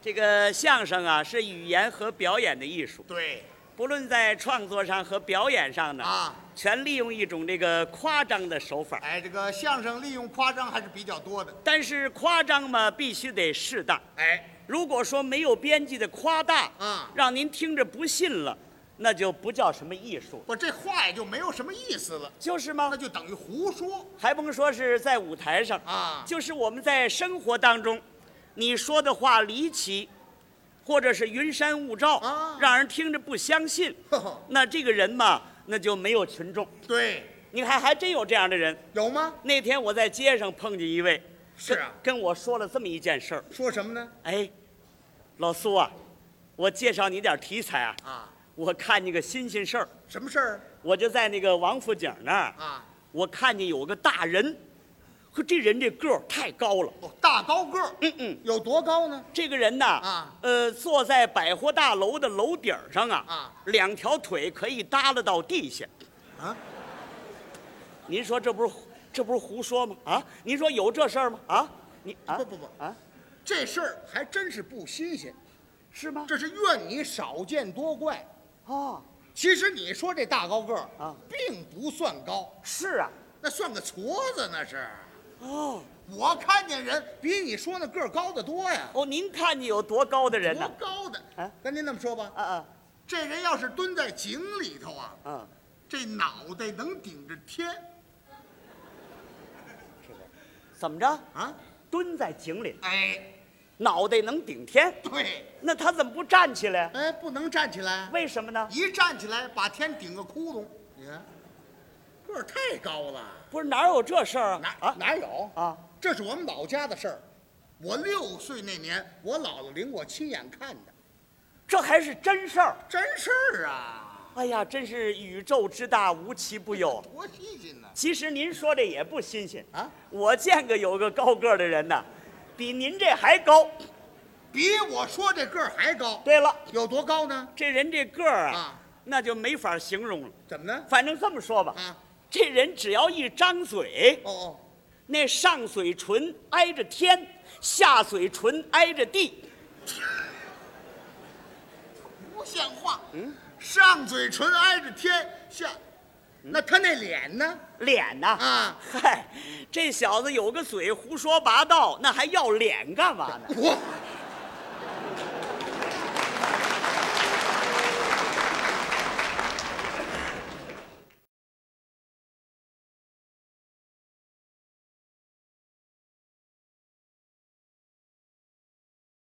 这个相声啊，是语言和表演的艺术，对，不论在创作上和表演上呢，啊，全利用一种这个夸张的手法。哎，这个相声利用夸张还是比较多的。但是夸张嘛，必须得适当。哎，如果说没有边际的夸大，啊让您听着不信了，那就不叫什么艺术，我这话也就没有什么意思了，就是吗那？就等于胡说还甭说是在舞台上，啊。就是我们在生活当中，你说的话离奇，或者是云山雾罩，啊让人听着不相信， 呵呵那这个人嘛，那就没有群众。对，你看，还真有这样的人。有吗？那天我在街上碰见一位，是啊跟跟我说了这么一件事儿。说什么呢？哎，老苏啊，我介绍你点儿题材啊，啊，我看见个新鲜事儿。什么事儿我就在那个王府井那儿，啊？我看见有个大人，呵，这人这个儿太高了。哦，大高个儿，嗯嗯，有多高呢？这个人呐，啊呃，坐在百货大楼的楼顶上啊，啊两条腿可以耷拉到地下。啊，您说这不是胡这不是胡说吗？啊，您说有这事儿吗？啊，你啊不不不啊，这事儿还真是不新鲜，是吗？这是怨你少见多怪。哦，其实你说这大高个儿啊并不算高，是啊，那算个矬子那是。哦我看见人比你说那个儿高得多呀，哦，您看见有多高的人多呢？高的啊？跟您那么说吧，啊啊这人要是蹲在井里头啊，啊，这脑袋能顶着天怎么着？啊！蹲在井里，哎，脑袋能顶天，对，那他怎么不站起来？哎，不能站起来，为什么呢？一站起来把天顶个窟窿。你看，个儿太高了，不是哪有这事儿哪啊？啊哪有？啊！这是我们老家的事儿。我六岁那年，我姥姥领我亲眼看的，这还是真事儿。真事儿啊，哎呀，真是宇宙之大，无奇不有。多新鲜呢！其实您说这也不新鲜啊，我见过有个高个儿的人呐，比您这还高。比我说这个儿还高，对了，有多高呢？这人这个儿啊，啊那就没法形容了。怎么呢？反正这么说吧，啊，这人只要一张嘴，哦哦，那上嘴唇挨着天，下嘴唇挨着地。不像话。嗯，上嘴唇挨着天下，那他那脸呢？脸呐、啊，嗨，这小子有个嘴胡说八道，那还要脸干嘛呢？我